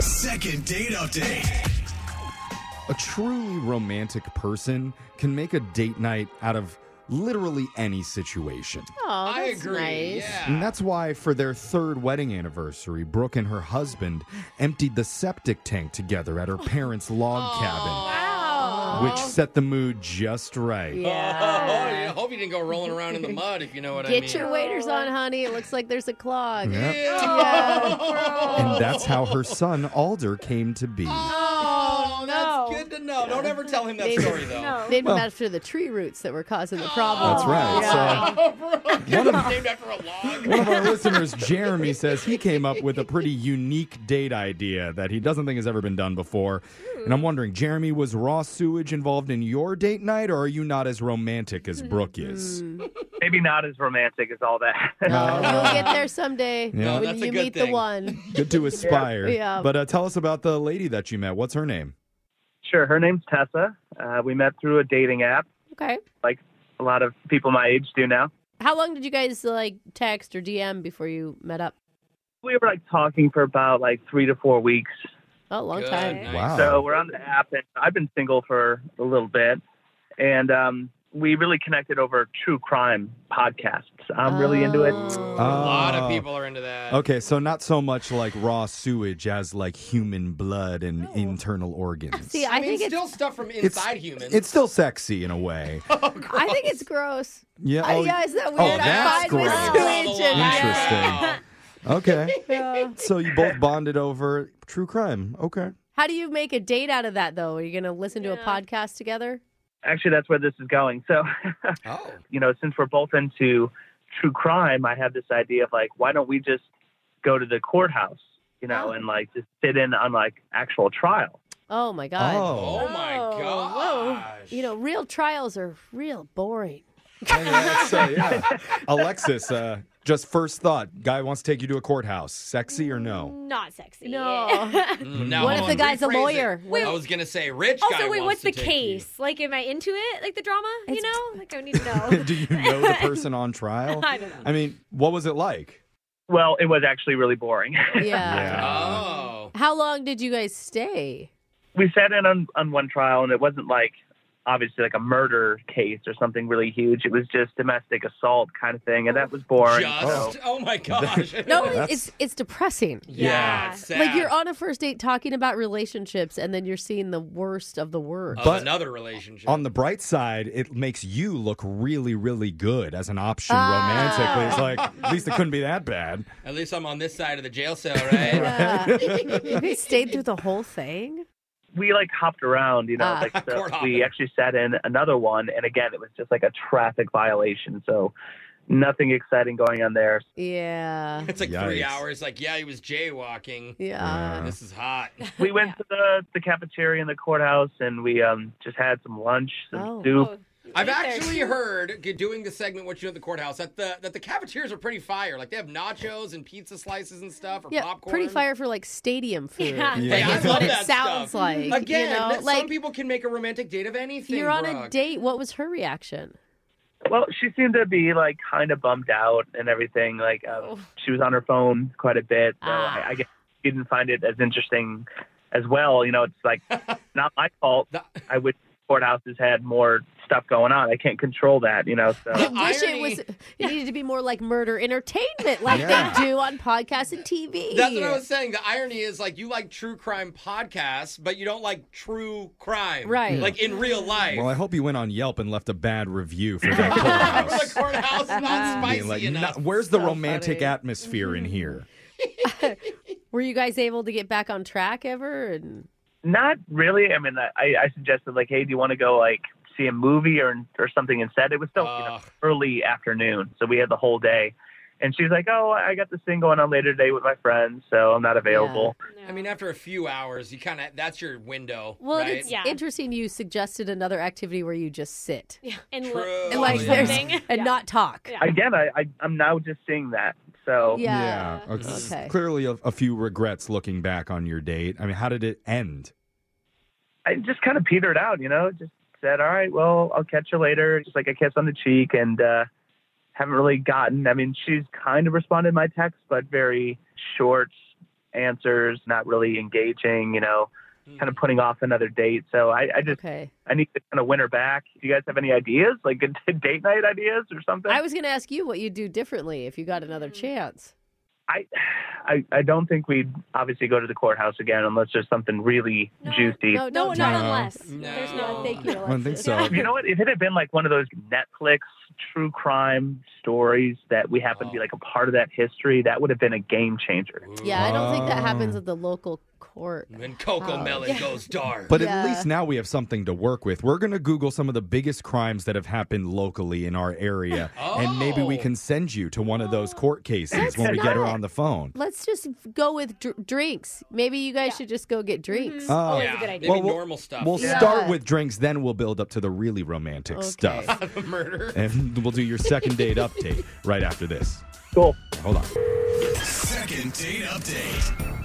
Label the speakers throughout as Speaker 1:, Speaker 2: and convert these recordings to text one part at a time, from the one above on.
Speaker 1: Second date update.
Speaker 2: A truly romantic person can make a date night out of literally any situation.
Speaker 3: Oh,
Speaker 4: I
Speaker 3: that's
Speaker 4: agree.
Speaker 3: nice.
Speaker 2: And
Speaker 4: Yeah.
Speaker 2: that's why, for their third wedding anniversary, Brooke and her husband emptied the septic tank together at her parents' log cabin,
Speaker 3: Wow.
Speaker 2: which set the mood just right.
Speaker 4: Oh,
Speaker 3: Yeah.
Speaker 4: yeah. Hope you didn't go rolling around in the mud, if you know what I mean.
Speaker 3: Get your waders on, honey. It looks like there's a clog.
Speaker 2: Yep.
Speaker 3: Yeah.
Speaker 2: And that's how her son, Alder, came to be.
Speaker 4: Oh,
Speaker 5: no.
Speaker 4: that's good to know. Don't ever tell him that
Speaker 3: Maybe-
Speaker 4: story, though.
Speaker 3: They'd been after the tree roots that were causing the problem.
Speaker 2: That's
Speaker 4: Oh,
Speaker 2: right. So.
Speaker 4: One of named after a log.
Speaker 2: One of our listeners, Jeremy, says he came up with a pretty unique date idea that he doesn't think has ever been done before. And I'm wondering, Jeremy, was raw sewage involved in your date night, or are you not as romantic as Brooke is?
Speaker 3: Mm-hmm.
Speaker 2: Uh,
Speaker 6: Maybe not as romantic as all that.
Speaker 3: No, you'll get there someday
Speaker 2: No,
Speaker 3: when
Speaker 4: that's a
Speaker 3: you
Speaker 4: good
Speaker 3: meet the
Speaker 4: thing.
Speaker 3: one.
Speaker 2: Good to aspire.
Speaker 3: Yeah.
Speaker 2: But uh, tell us about the lady that you met. What's her name?
Speaker 6: sure, her name's Tessa. Uh, we met through a dating app,
Speaker 3: Okay.
Speaker 6: like a lot of people my age do now.
Speaker 3: How long did you guys like text or DM before you met up?
Speaker 6: We were like talking for about like three to four weeks.
Speaker 3: Oh, long
Speaker 4: Good,
Speaker 3: time.
Speaker 4: nice.
Speaker 2: Wow.
Speaker 6: So we're on the app, and I've been single for a little bit, and um, we really connected over true crime podcasts. I'm really into it.
Speaker 3: Oh.
Speaker 4: A lot of people are into that.
Speaker 2: Okay, so not so much like raw sewage as like human blood and internal organs.
Speaker 3: See, I,
Speaker 4: I, mean,
Speaker 3: think
Speaker 4: still
Speaker 3: it's
Speaker 4: stuff from
Speaker 2: It's-
Speaker 4: inside humans. Oh,
Speaker 2: It's still sexy in a way.
Speaker 3: I think it's gross.
Speaker 2: Yeah.
Speaker 3: I,
Speaker 2: oh,
Speaker 3: yeah, is that weird?
Speaker 2: oh, that's
Speaker 3: I'm fine with
Speaker 2: gross.
Speaker 3: sewage and-
Speaker 2: Interesting. Okay. So you both bonded over true crime. Okay.
Speaker 3: How do you make a date out of that though? Are you going to listen to a podcast together?
Speaker 6: Actually, that's where this is going. So,
Speaker 4: Oh.
Speaker 6: you know, since we're both into true crime, I have this idea of like, why don't we just go to the courthouse, you know,
Speaker 3: Oh.
Speaker 6: and like just sit in on like actual trial?
Speaker 3: Oh my god.
Speaker 2: Oh.
Speaker 4: Oh, my
Speaker 3: Oh,
Speaker 4: gosh.
Speaker 3: You know, real trials are real boring.
Speaker 2: Hey, that's, uh, yeah. Alexis, uh, just first thought. Guy wants to take you to a courthouse. Sexy or no?
Speaker 5: Not sexy.
Speaker 4: Mm, now
Speaker 3: what if
Speaker 4: hold
Speaker 3: the
Speaker 4: on,
Speaker 3: guy's a
Speaker 4: rephrase
Speaker 3: lawyer?
Speaker 4: it.
Speaker 3: Wait.
Speaker 4: I was gonna say, rich guy
Speaker 5: Also, wait,
Speaker 4: wants
Speaker 5: what's
Speaker 4: to
Speaker 5: the
Speaker 4: take you.
Speaker 5: case? Like, am I into it? Like the drama?
Speaker 3: It's-
Speaker 5: you know? Like, I need to know.
Speaker 2: Do you know the person on trial?
Speaker 5: I don't know.
Speaker 2: I mean, what was it like?
Speaker 6: Well, it was actually really boring.
Speaker 3: Yeah.
Speaker 4: Oh.
Speaker 3: How long did you guys stay?
Speaker 6: we sat in on, on one trial, and it wasn't like obviously like a murder case or something really huge. It was just domestic assault kind of thing, and that was boring. so-
Speaker 4: Just. Oh my gosh.
Speaker 3: No,
Speaker 2: That's-
Speaker 3: it's it's depressing.
Speaker 4: Yeah. it's sad.
Speaker 3: Like you're on a first date talking about relationships and then you're seeing the worst of the worst.
Speaker 4: Of
Speaker 2: But-
Speaker 4: another relationship.
Speaker 2: On the bright side, it makes you look really, really good as an option
Speaker 3: Ah.
Speaker 2: romantically. It's like, at least it couldn't be that bad.
Speaker 4: At least I'm on this side of the jail cell, right?
Speaker 3: Yeah. you guys stayed through the whole thing?
Speaker 6: we like hopped around, you know.
Speaker 3: Ah.
Speaker 6: like so
Speaker 4: Court hopping.
Speaker 6: we actually sat in another one, and again, it was just like a traffic violation. So nothing exciting going on there.
Speaker 3: Yeah.
Speaker 4: It's like three
Speaker 2: Yikes.
Speaker 4: hours. Like, yeah, he was jaywalking.
Speaker 3: Yeah.
Speaker 4: This is hot.
Speaker 6: We went to the, the cafeteria in the courthouse, and we um, just had some lunch, some
Speaker 3: Oh.
Speaker 6: soup.
Speaker 5: Oh,
Speaker 4: I've
Speaker 5: right there.
Speaker 4: actually heard g- doing the segment "What You Know at the Courthouse" that the that the cafeterias are pretty fire. Like they have nachos and pizza slices and stuff, or
Speaker 3: Yeah,
Speaker 4: popcorn.
Speaker 3: pretty fire for like stadium food.
Speaker 5: Yeah.
Speaker 2: Yeah.
Speaker 4: Hey, I
Speaker 3: Like, is
Speaker 4: love
Speaker 3: what it
Speaker 4: that
Speaker 3: sounds
Speaker 4: stuff.
Speaker 3: like.
Speaker 4: Again,
Speaker 3: you know,
Speaker 4: that-
Speaker 3: like
Speaker 4: some people can make a romantic date of anything.
Speaker 3: you're on a
Speaker 4: Brooke.
Speaker 3: date. What was her reaction?
Speaker 6: Well, she seemed to be like kind of bummed out and everything. Like um, she was on her phone quite a bit, so
Speaker 3: Ah.
Speaker 6: I, I guess she didn't find it as interesting as well. You know, it's like not my fault.
Speaker 4: The-
Speaker 6: I wish courthouses had more stuff going on. I can't control that. You know, so.
Speaker 3: I wish
Speaker 4: irony-
Speaker 3: it was. It needed to be more like murder entertainment, like
Speaker 2: Yeah.
Speaker 3: they do on podcasts and TV.
Speaker 4: That's what I was saying. The irony is, like, you like true crime podcasts, but you don't like true crime,
Speaker 3: Right.
Speaker 4: Like in real life.
Speaker 2: Well, I hope you went on Yelp and left a bad review for that courthouse.
Speaker 4: the courthouse is not spicy
Speaker 2: Being like,
Speaker 4: enough.
Speaker 2: "Not- where's the
Speaker 3: So
Speaker 2: romantic
Speaker 3: funny.
Speaker 2: atmosphere in here?
Speaker 3: Were you guys able to get back on track ever? And
Speaker 6: Not really. I mean, I, I suggested like, hey, do you want to go like see a movie or or something instead? It was still you know,
Speaker 4: Ugh.
Speaker 6: early afternoon, so we had the whole day. And she's like, oh, I got this thing going on later today with my friends, so I'm not available.
Speaker 4: I mean, after a few hours, you kind of that's your window.
Speaker 3: well,
Speaker 4: right?
Speaker 3: it's
Speaker 5: Yeah.
Speaker 3: interesting. You suggested another activity where you just sit
Speaker 5: Yeah. And
Speaker 4: True.
Speaker 5: li-
Speaker 4: And,
Speaker 2: Oh,
Speaker 3: like
Speaker 4: yeah.
Speaker 3: there's
Speaker 5: something.
Speaker 3: and
Speaker 5: Oh, Yeah.
Speaker 3: not talk.
Speaker 5: Yeah.
Speaker 6: Again, I, I I'm now just seeing that. So
Speaker 3: Yeah.
Speaker 2: Yeah. Okay.
Speaker 3: Okay.
Speaker 2: Clearly, a, a few regrets looking back on your date. I mean, how did it end?
Speaker 6: I just kind of petered out, you know. Just said, all right, well, I'll catch you later. Just like a kiss on the cheek, and uh, haven't really gotten. I mean, she's kind of responded to my text, but very short answers, not really engaging, you know, kind of putting off another date. So I, I just
Speaker 3: Okay.
Speaker 6: I need to kind of win her back. Do you guys have any ideas, like good date night ideas or something?
Speaker 3: I was going to ask you what you'd do differently if you got another chance.
Speaker 6: I, I, I don't think we'd obviously go to the courthouse again unless there's something really
Speaker 5: No,
Speaker 6: juicy.
Speaker 3: No,
Speaker 5: No,
Speaker 3: no,
Speaker 5: not
Speaker 2: No.
Speaker 5: unless.
Speaker 4: No.
Speaker 5: There's no.
Speaker 3: Thank you.
Speaker 2: I don't think
Speaker 3: Alexis.
Speaker 2: so.
Speaker 6: You know what? If it had been like one of those Netflix true crime stories that we happen to be like a part of that history, that would have been a game changer.
Speaker 3: Yeah, I don't think that happens
Speaker 2: Oh.
Speaker 3: at the local court.
Speaker 4: When Coco
Speaker 3: Oh.
Speaker 4: Melon
Speaker 5: Yeah.
Speaker 4: goes dark.
Speaker 2: Uh, But
Speaker 3: Yeah.
Speaker 2: at least now we have something to work with. We're going to Google some of the biggest crimes that have happened locally in our area. And maybe we
Speaker 4: Oh.
Speaker 2: can send you to one of those court cases
Speaker 3: Oh, That's
Speaker 2: when we get her
Speaker 3: not-
Speaker 2: on the phone.
Speaker 3: Let's just go with dr- drinks. Maybe you guys
Speaker 5: Yeah.
Speaker 3: should just go get drinks.
Speaker 2: Oh,
Speaker 5: Always a
Speaker 4: yeah,
Speaker 5: good
Speaker 4: maybe
Speaker 5: idea.
Speaker 2: Well, we'll-
Speaker 4: normal stuff.
Speaker 2: We'll
Speaker 3: Yeah.
Speaker 2: start with drinks, then we'll build up to the really romantic
Speaker 3: Okay.
Speaker 2: stuff.
Speaker 4: The murder.
Speaker 2: And we'll do your second date update right after this.
Speaker 6: Cool.
Speaker 2: Hold on.
Speaker 1: Second date update.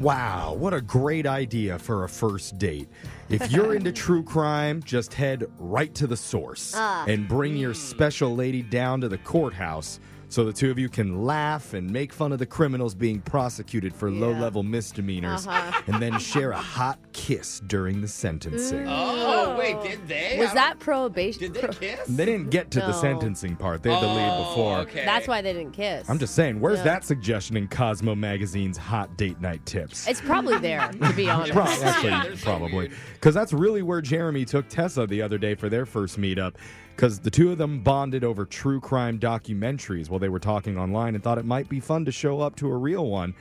Speaker 2: Wow, what a great idea for a first date. If you're into true crime, just head right to the source and bring your special lady down to the courthouse so the two of you can laugh and make fun of the criminals being prosecuted for low level misdemeanors
Speaker 3: Uh-huh.
Speaker 2: and then share a hot kiss during the sentencing.
Speaker 4: Oh, wait, did they?
Speaker 3: Was
Speaker 4: I
Speaker 3: that
Speaker 4: don't-
Speaker 3: probation?
Speaker 4: Did they kiss?
Speaker 2: They didn't get to the
Speaker 3: No.
Speaker 2: sentencing part, they had to leave
Speaker 4: Oh,
Speaker 2: before.
Speaker 4: okay.
Speaker 3: That's why they didn't kiss.
Speaker 2: I'm just saying, where's
Speaker 3: Yeah.
Speaker 2: that suggestion in Cosmo Magazine's hot date night tips?
Speaker 3: It's probably there, to be honest.
Speaker 2: Probably,
Speaker 4: Yeah,
Speaker 2: actually,
Speaker 4: they're so
Speaker 2: probably.
Speaker 4: weird.
Speaker 2: Because that's really where Jeremy took Tessa the other day for their first meetup. Because the two of them bonded over true crime documentaries while they were talking online and thought it might be fun to show up to a real one.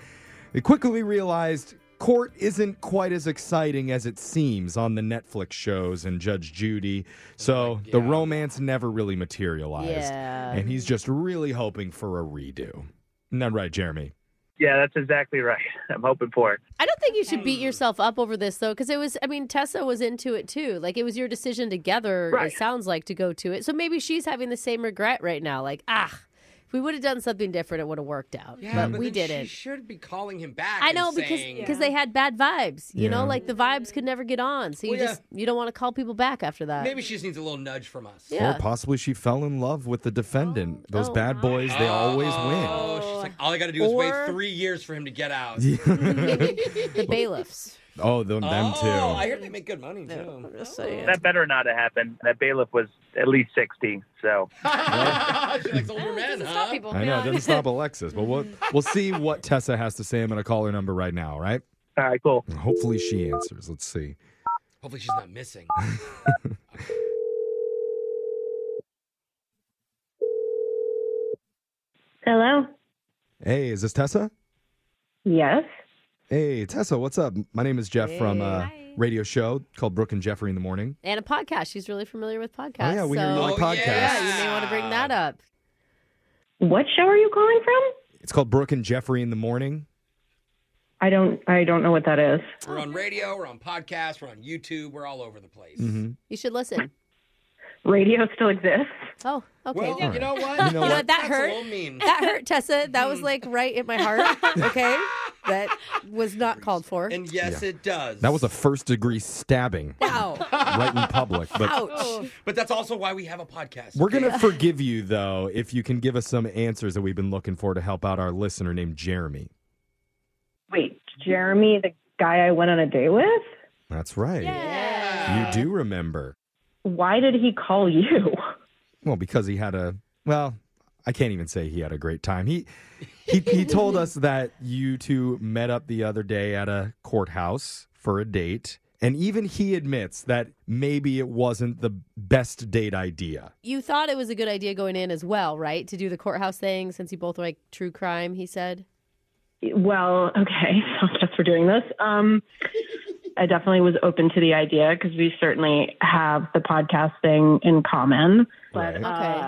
Speaker 2: They quickly realized court isn't quite as exciting as it seems on the Netflix shows and Judge Judy. So the
Speaker 4: Yeah.
Speaker 2: romance never really materialized.
Speaker 3: Yeah.
Speaker 2: And he's just really hoping for a redo. Isn't that right, Jeremy?
Speaker 6: Yeah, that's exactly right. I'm hoping for it.
Speaker 3: I don't think you should
Speaker 4: Hmm.
Speaker 3: beat yourself up over this though, because it was. I mean, Tessa was into it too. Like it was your decision together.
Speaker 6: Right.
Speaker 3: It sounds like to go to it. So maybe she's having the same regret right now. Like ah, if we would have done something different, it would have worked out.
Speaker 4: Yeah,
Speaker 3: but,
Speaker 4: but
Speaker 3: we
Speaker 4: then she
Speaker 3: didn't.
Speaker 4: should be calling him back.
Speaker 3: I
Speaker 4: and
Speaker 3: know because
Speaker 4: saying-
Speaker 3: because they had bad vibes. You
Speaker 2: Yeah.
Speaker 3: know, like the vibes could never get on. So you
Speaker 4: Well, yeah.
Speaker 3: just you don't want to call people back after that.
Speaker 4: maybe she just needs a little nudge from us.
Speaker 3: Yeah.
Speaker 2: Or possibly she fell in love with the defendant. Those
Speaker 3: oh
Speaker 2: bad
Speaker 3: my.
Speaker 2: boys, they always win.
Speaker 4: Oh, she's like, all I got to do is
Speaker 3: Or-
Speaker 4: wait three years for him to get out.
Speaker 3: the bailiffs.
Speaker 2: Oh, them, them
Speaker 4: oh,
Speaker 2: too.
Speaker 4: I heard they make good money too.
Speaker 6: That better not have happened. That bailiff was at least 60. So
Speaker 4: she likes older men,
Speaker 5: Doesn't
Speaker 4: huh?
Speaker 5: stop people.
Speaker 2: I know, it doesn't stop Alexis, but we'll, we'll see what Tessa has to say. I'm going to call her number right now, all right?
Speaker 6: all right, cool.
Speaker 2: Hopefully she answers. Let's see.
Speaker 4: Hopefully she's not missing.
Speaker 7: Hello.
Speaker 2: Hey, is this Tessa?
Speaker 7: Yes.
Speaker 2: Hey, Tessa, what's up? My name is Jeff from a
Speaker 5: Hey.
Speaker 2: radio show called Brooke and Jeffrey in the Morning.
Speaker 3: And a podcast. She's really familiar with
Speaker 2: Oh,
Speaker 3: podcasts.
Speaker 2: yeah, we hear you
Speaker 3: so-
Speaker 2: like
Speaker 4: Oh,
Speaker 2: podcasts.
Speaker 3: Yeah, you may want to bring that up.
Speaker 7: What show are you calling from?
Speaker 2: It's called Brooke and Jeffrey in the Morning.
Speaker 7: I don't. I don't know what that is.
Speaker 4: We're on radio, we're on podcast, we're on YouTube, we're all over the place.
Speaker 2: Mm-hmm.
Speaker 3: You should listen.
Speaker 7: Radio still exists.
Speaker 3: Oh, okay.
Speaker 4: Well, you know what?
Speaker 2: You know what?
Speaker 3: That
Speaker 4: That's
Speaker 3: hurt.
Speaker 4: A little mean.
Speaker 3: That hurt, Tessa. That was like right in my heart. Okay. That was not called for.
Speaker 4: And yes, it does.
Speaker 2: That was a first degree stabbing
Speaker 3: Wow.
Speaker 2: right in public. But
Speaker 3: Ouch.
Speaker 4: But that's also why we have a podcast.
Speaker 2: We're going to forgive you, though, if you can give us some answers that we've been looking for to help out our listener named Jeremy.
Speaker 7: Wait, Jeremy, the guy I went on a date with.
Speaker 2: That's right.
Speaker 4: Yeah.
Speaker 2: You do remember.
Speaker 7: Why did he call you?
Speaker 2: Well, because he had a, well, I can't even say he had a great time. He, he, he told us that you two met up the other day at a courthouse for a date. And even he admits that maybe it wasn't the best date idea.
Speaker 3: You thought it was a good idea going in as well, right? To do the courthouse thing since you both like true crime, he said.
Speaker 7: Well, okay. So I guess we're doing this. Um, I definitely was open to the idea because we certainly have the podcast thing in common. But
Speaker 2: Right.
Speaker 7: uh,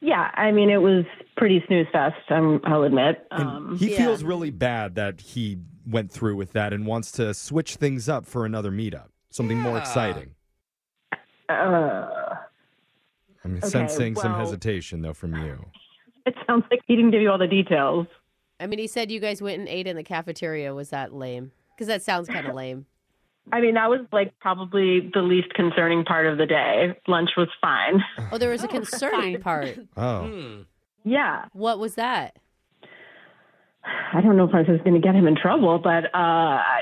Speaker 7: yeah, I mean, it was pretty snooze fest. Um, I'll admit.
Speaker 2: And
Speaker 7: Um,
Speaker 2: he
Speaker 3: yeah.
Speaker 2: feels really bad that he went through with that and wants to switch things up for another meetup, something more
Speaker 4: Yeah.
Speaker 2: exciting.
Speaker 7: uh,
Speaker 2: I'm
Speaker 7: Okay,
Speaker 2: sensing some
Speaker 7: well-
Speaker 2: hesitation though from you.
Speaker 7: it sounds like he didn't give you all the details.
Speaker 3: I mean, he said you guys went and ate in the cafeteria. Was that lame? Because that sounds kind of lame.
Speaker 7: I mean, that was like probably the least concerning part of the day. Lunch was fine.
Speaker 3: Oh, there was a concerning
Speaker 5: fine.
Speaker 3: part.
Speaker 2: Oh,
Speaker 4: Hmm.
Speaker 7: Yeah.
Speaker 3: What was that?
Speaker 7: I don't know if I was going to get him in trouble, but uh, I-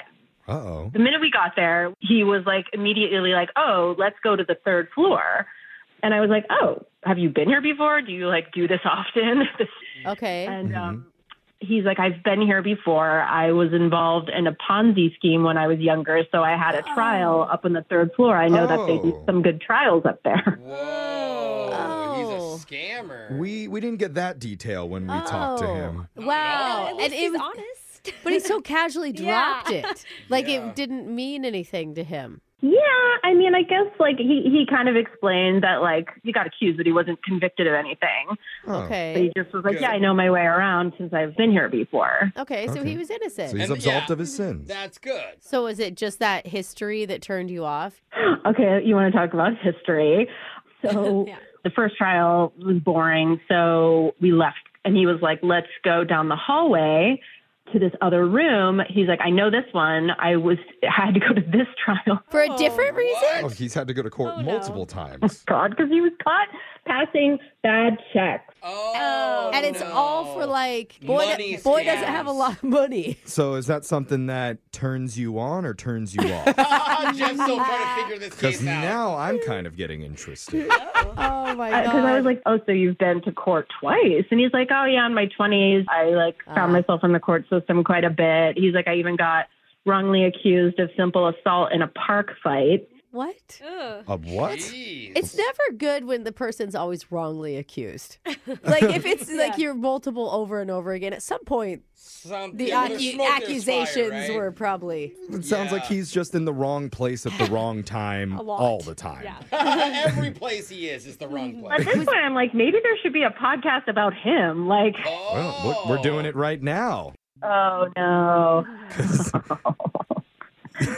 Speaker 2: Uh oh.
Speaker 7: the minute we got there, he was like immediately like, "Oh, let's go to the third floor," and I was like, "Oh, have you been here before? Do you like do this often?"
Speaker 3: Okay.
Speaker 7: and um, he's like, "I've been here before. I was involved in a Ponzi scheme when I was younger, so I had a trial up on the third floor. I know that they
Speaker 2: Oh.
Speaker 7: do some good trials up there."
Speaker 4: Whoa.
Speaker 3: Oh.
Speaker 4: He's a scammer.
Speaker 2: We we didn't get that detail when we talked to
Speaker 3: Oh.
Speaker 2: him.
Speaker 3: Wow.
Speaker 5: At least
Speaker 3: Oh, And it
Speaker 5: he's
Speaker 3: was,
Speaker 5: honest.
Speaker 3: but he so casually
Speaker 5: Yeah.
Speaker 3: dropped it. Like
Speaker 4: Yeah.
Speaker 3: it didn't mean anything to him.
Speaker 7: Yeah, I mean, I guess like he he kind of explained that like he got accused, but he wasn't convicted of anything.
Speaker 2: Oh.
Speaker 7: So he
Speaker 3: Okay.
Speaker 7: just was like,
Speaker 4: Good.
Speaker 7: "Yeah, I know my way around since I've been here before."
Speaker 3: Okay. So
Speaker 2: Okay.
Speaker 3: he was innocent.
Speaker 2: So he's
Speaker 4: And-
Speaker 2: absolved
Speaker 4: yeah.
Speaker 2: of his sins.
Speaker 4: That's good.
Speaker 3: So is it just that history that turned you off?
Speaker 7: Okay, you want to talk about history? So
Speaker 5: Yeah.
Speaker 7: the first trial was boring, so we left, and he was like, "Let's go down the hallway to this other room." He's like, "I know this one. I was had to go to this trial."
Speaker 3: For a different reason?
Speaker 2: Oh, he's had to go to court
Speaker 5: Oh, no.
Speaker 2: multiple times.
Speaker 7: God, because he was caught passing bad checks.
Speaker 4: Oh.
Speaker 3: And it's
Speaker 4: no.
Speaker 3: all for like boy,
Speaker 4: Money
Speaker 3: boy doesn't have a
Speaker 4: scams.
Speaker 3: lot of money.
Speaker 2: So is that something that turns you on or turns you off?
Speaker 4: Jeff's still trying to figure this
Speaker 2: Because
Speaker 4: case out.
Speaker 2: now I'm kind of getting interested.
Speaker 3: Oh my god!
Speaker 7: Because I was like, "Oh, so you've been to court twice?" And he's like, "Oh yeah, in my twenties, I like found myself in the court system quite a bit." He's like, "I even got wrongly accused of simple assault in a park fight."
Speaker 3: what?
Speaker 5: Ugh.
Speaker 2: A what?
Speaker 4: Jeez.
Speaker 3: It's never good when the person's always wrongly accused. like if it's like you're multiple over and over again, at some point
Speaker 4: Something.
Speaker 3: the
Speaker 4: Well, there's
Speaker 3: acu-
Speaker 4: smoke, there's fire,
Speaker 3: accusations
Speaker 4: right?
Speaker 3: were probably
Speaker 2: It sounds like
Speaker 4: Yeah.
Speaker 2: he's just in the wrong place at the wrong time
Speaker 5: lot.
Speaker 2: all the time.
Speaker 5: Yeah.
Speaker 4: Every place he is is the wrong
Speaker 7: At
Speaker 4: place.
Speaker 7: this point, I'm like, maybe there should be a podcast about him. Like,
Speaker 4: Oh.
Speaker 2: Well, look, we're doing it right now.
Speaker 7: oh no.
Speaker 4: Uh,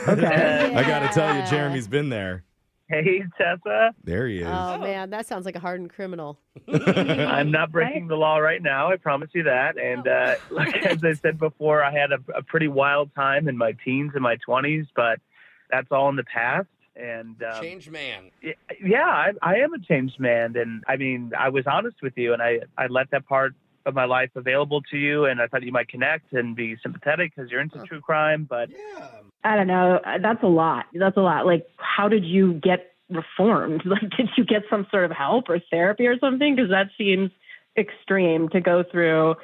Speaker 7: okay.
Speaker 2: I got to tell you,
Speaker 3: Yeah.
Speaker 2: Jeremy's been there.
Speaker 6: Hey, Tessa,
Speaker 2: There he is.
Speaker 3: Oh man, that sounds like a hardened criminal.
Speaker 6: I'm not breaking the law right now. I promise you that. And uh, like as I said before, I had a, a pretty wild time in my teens and my 20s, but that's all in the past. And um,
Speaker 4: Oh. Change man.
Speaker 6: yeah, I, I am a changed man, and I mean, I was honest with you, and I I let that part of my life available to you, and I thought you might connect and be sympathetic because you're
Speaker 7: Oh.
Speaker 6: into true crime. But
Speaker 4: Yeah.
Speaker 7: I don't know. That's a lot. That's a lot. Like, how did you get reformed? Like, did you get some sort of help or therapy or something? Because that seems extreme to go through.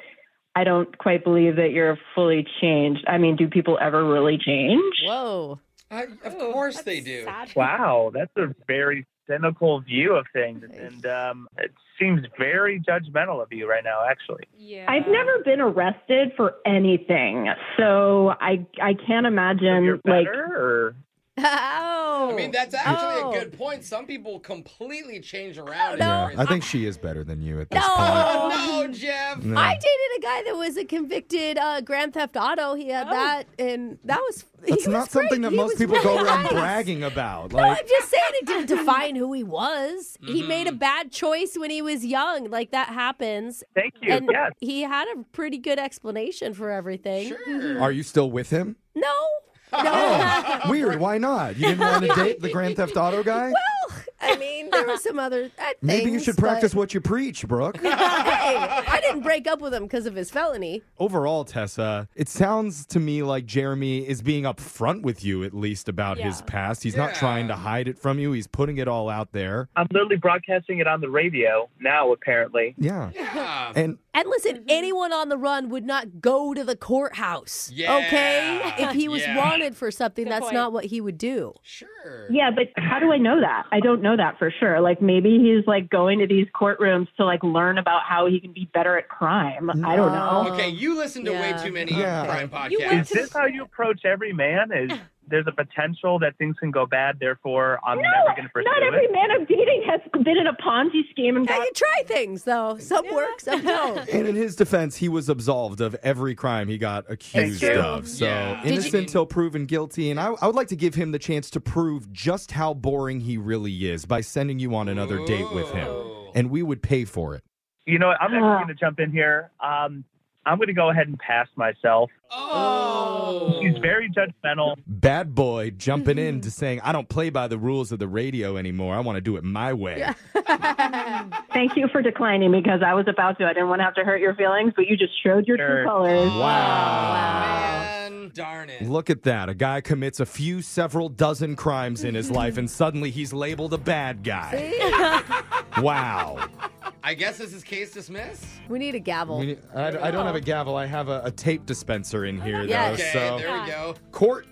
Speaker 7: I don't quite believe that you're fully changed. I mean, do people ever really change?
Speaker 3: Whoa.
Speaker 4: I, of
Speaker 5: Ooh,
Speaker 4: course
Speaker 5: Oh, that's
Speaker 4: they do.
Speaker 5: sad.
Speaker 6: wow, that's a very cynical view of things, and um, it seems very judgmental of you right now, actually.
Speaker 5: Yeah.
Speaker 7: I've never been arrested for anything, so I I can't
Speaker 6: So
Speaker 7: imagine
Speaker 6: you're
Speaker 7: like
Speaker 6: better, or
Speaker 3: Oh.
Speaker 4: I mean, that's actually
Speaker 3: Oh.
Speaker 4: a good point. Some people completely change around.
Speaker 2: Yeah,
Speaker 4: in
Speaker 2: I
Speaker 4: prison.
Speaker 2: think she is better than you at this point.
Speaker 4: Oh, no, Jeff.
Speaker 2: No.
Speaker 3: I dated a guy that was a convicted uh, Grand Theft Auto. He had that, and that was. he
Speaker 2: That's
Speaker 3: was
Speaker 2: not something
Speaker 3: great.
Speaker 2: that
Speaker 3: He
Speaker 2: most
Speaker 3: was
Speaker 2: people go
Speaker 3: really
Speaker 2: around
Speaker 3: nice.
Speaker 2: bragging about.
Speaker 3: No,
Speaker 2: Like,
Speaker 3: I'm just saying it didn't define who he was. He made a bad choice when he was young. Like that happens.
Speaker 6: thank you.
Speaker 3: and
Speaker 6: yes,
Speaker 3: he had a pretty good explanation for everything. Mm-hmm.
Speaker 4: Sure.
Speaker 2: are you still with him?
Speaker 3: No. No.
Speaker 2: Weird. Why not? You didn't want to date the Grand Theft Auto guy?
Speaker 3: Well, I mean, there were some other uh,
Speaker 2: Maybe you
Speaker 3: things,
Speaker 2: should practice
Speaker 3: but-
Speaker 2: what you preach, Brooke.
Speaker 3: hey, I didn't break up with him because of his felony.
Speaker 2: Overall, Tessa, it sounds to me like Jeremy is being upfront with you, at least about his
Speaker 5: Yeah.
Speaker 2: past. He's not
Speaker 4: Yeah.
Speaker 2: trying to hide it from you, he's putting it all out there.
Speaker 6: I'm literally broadcasting it on the radio now, apparently.
Speaker 2: Yeah.
Speaker 4: Yeah.
Speaker 2: And
Speaker 3: And listen, anyone on the run would not go to the courthouse. Okay?
Speaker 4: Yeah,
Speaker 3: If he was
Speaker 4: yeah.
Speaker 3: wanted for something,
Speaker 5: Good
Speaker 3: that's
Speaker 5: point.
Speaker 3: not what he would do.
Speaker 4: Sure.
Speaker 7: Yeah, but how do I know that? I don't know that for sure. Like maybe he's like going to these courtrooms to like learn about how he can be better at crime. I don't know.
Speaker 4: Okay, you listen to
Speaker 3: Yeah.
Speaker 4: way too many
Speaker 2: Yeah.
Speaker 4: crime
Speaker 5: You
Speaker 4: podcasts.
Speaker 5: went
Speaker 6: Is this how you approach every man? Is there's a potential that things can go bad, therefore I'm never going to pursue
Speaker 7: Not
Speaker 6: it?
Speaker 7: every man I'm dating has been in a Ponzi scheme and
Speaker 3: Yeah,
Speaker 7: got
Speaker 3: you try things, though. Some work, some don't.
Speaker 2: and in his defense, he was absolved of every crime he got accused
Speaker 6: you.
Speaker 2: of. So
Speaker 4: Yeah. Did you-
Speaker 2: innocent until proven guilty. And I, I would like to give him the chance to prove just how boring he really is by sending you on another date with him.
Speaker 4: Ooh.
Speaker 2: And we would pay for it.
Speaker 6: You know what? I'm actually going to jump in here. Um, I'm going to go ahead and pass myself.
Speaker 4: Oh.
Speaker 6: She's very judgmental.
Speaker 2: Bad boy jumping
Speaker 4: Mm-hmm.
Speaker 2: in to saying, I don't play by the rules of the radio anymore. I want to do it my way.
Speaker 7: Thank you for declining because I was about to. I didn't want to have to hurt your feelings, but you just showed your
Speaker 6: Sure.
Speaker 7: true colors.
Speaker 4: Man, darn it.
Speaker 2: Uh, Ah. Look at that. A guy commits a few, several dozen crimes in his life, and suddenly he's labeled a bad guy. Wow.
Speaker 4: I guess this is case dismissed.
Speaker 3: we need a gavel.
Speaker 2: I, mean, I, I don't have a gavel. I have a, a tape dispenser in here, though.
Speaker 3: Yes.
Speaker 4: Okay,
Speaker 2: So,
Speaker 4: there we go. Oh.
Speaker 2: court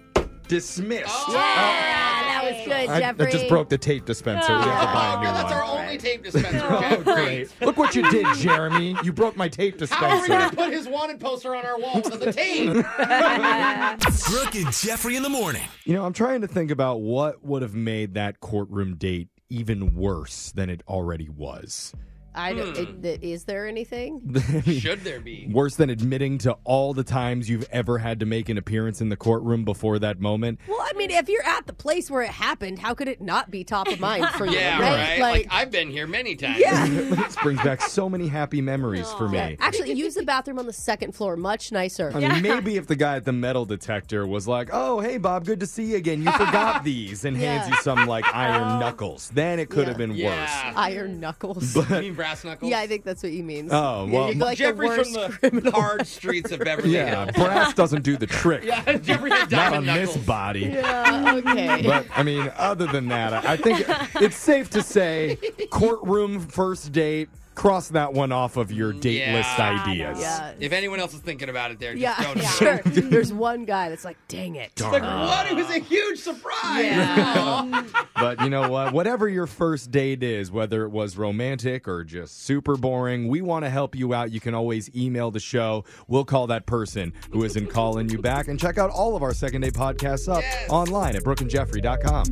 Speaker 2: dismissed.
Speaker 3: yeah, Ah, that was good,
Speaker 2: I, I
Speaker 3: Jeffrey.
Speaker 2: just broke the tape dispenser. We have to buy
Speaker 4: Oh,
Speaker 2: a new
Speaker 4: no, that's
Speaker 2: one.
Speaker 4: our only tape dispenser.
Speaker 2: Oh,
Speaker 4: Okay,
Speaker 2: great. Look what you did, Jeremy. You broke my tape
Speaker 4: How are we
Speaker 2: dispenser.
Speaker 4: going to put his wanted poster on our wall with the tape?
Speaker 1: Brooke and Jeffrey in the morning.
Speaker 2: You know, I'm trying to think about what would have made that courtroom date even worse than it already was.
Speaker 3: I don't, it- th- is there anything?
Speaker 2: I mean,
Speaker 4: Should there be?
Speaker 2: Worse than admitting to all the times you've ever had to make an appearance in the courtroom before that moment.
Speaker 3: Well, I mean, if you're at the place where it happened, how could it not be top of mind for you?
Speaker 4: Yeah, right. Like, I've been here many times.
Speaker 3: yeah.
Speaker 2: this brings back so many happy memories for me.
Speaker 3: Actually, use the bathroom on the second floor. Much nicer.
Speaker 2: I mean, maybe if the guy at the metal detector was like, "Oh, hey Bob, good to see you again. You forgot these," and hands
Speaker 3: Yeah.
Speaker 2: you some like iron knuckles, then it could
Speaker 3: Yeah.
Speaker 2: have been worse.
Speaker 4: Yeah.
Speaker 3: Iron knuckles.
Speaker 4: You mean brass knuckles?
Speaker 3: yeah, I think that's what he means.
Speaker 2: Oh well,
Speaker 3: You'd be like the
Speaker 4: Jeffrey's
Speaker 3: worst
Speaker 4: from the
Speaker 3: criminal.
Speaker 4: hard streets of Beverly
Speaker 2: yeah,
Speaker 4: Hills.
Speaker 2: brass doesn't do the trick.
Speaker 4: Yeah, Jeffrey had
Speaker 2: Not
Speaker 4: diamond
Speaker 2: on
Speaker 4: knuckles.
Speaker 2: this body.
Speaker 3: Yeah, okay.
Speaker 2: But I mean, other than that, I, I think it's safe to say courtroom first date. Cross that one off of your date
Speaker 4: Yeah.
Speaker 2: list ideas.
Speaker 3: yeah.
Speaker 4: If anyone else is thinking about it, there, just
Speaker 3: Yeah,
Speaker 4: don't. do it.
Speaker 3: sure. There's one guy that's like, dang it.
Speaker 4: Like what? It was a huge surprise. Aw.
Speaker 2: But you know what? Whatever your first date is, whether it was romantic or just super boring, we want to help you out. You can always email the show. We'll call that person who isn't calling you back. And check out all of our second date podcasts up
Speaker 4: Yes.
Speaker 2: online at brookandjeffrey.com.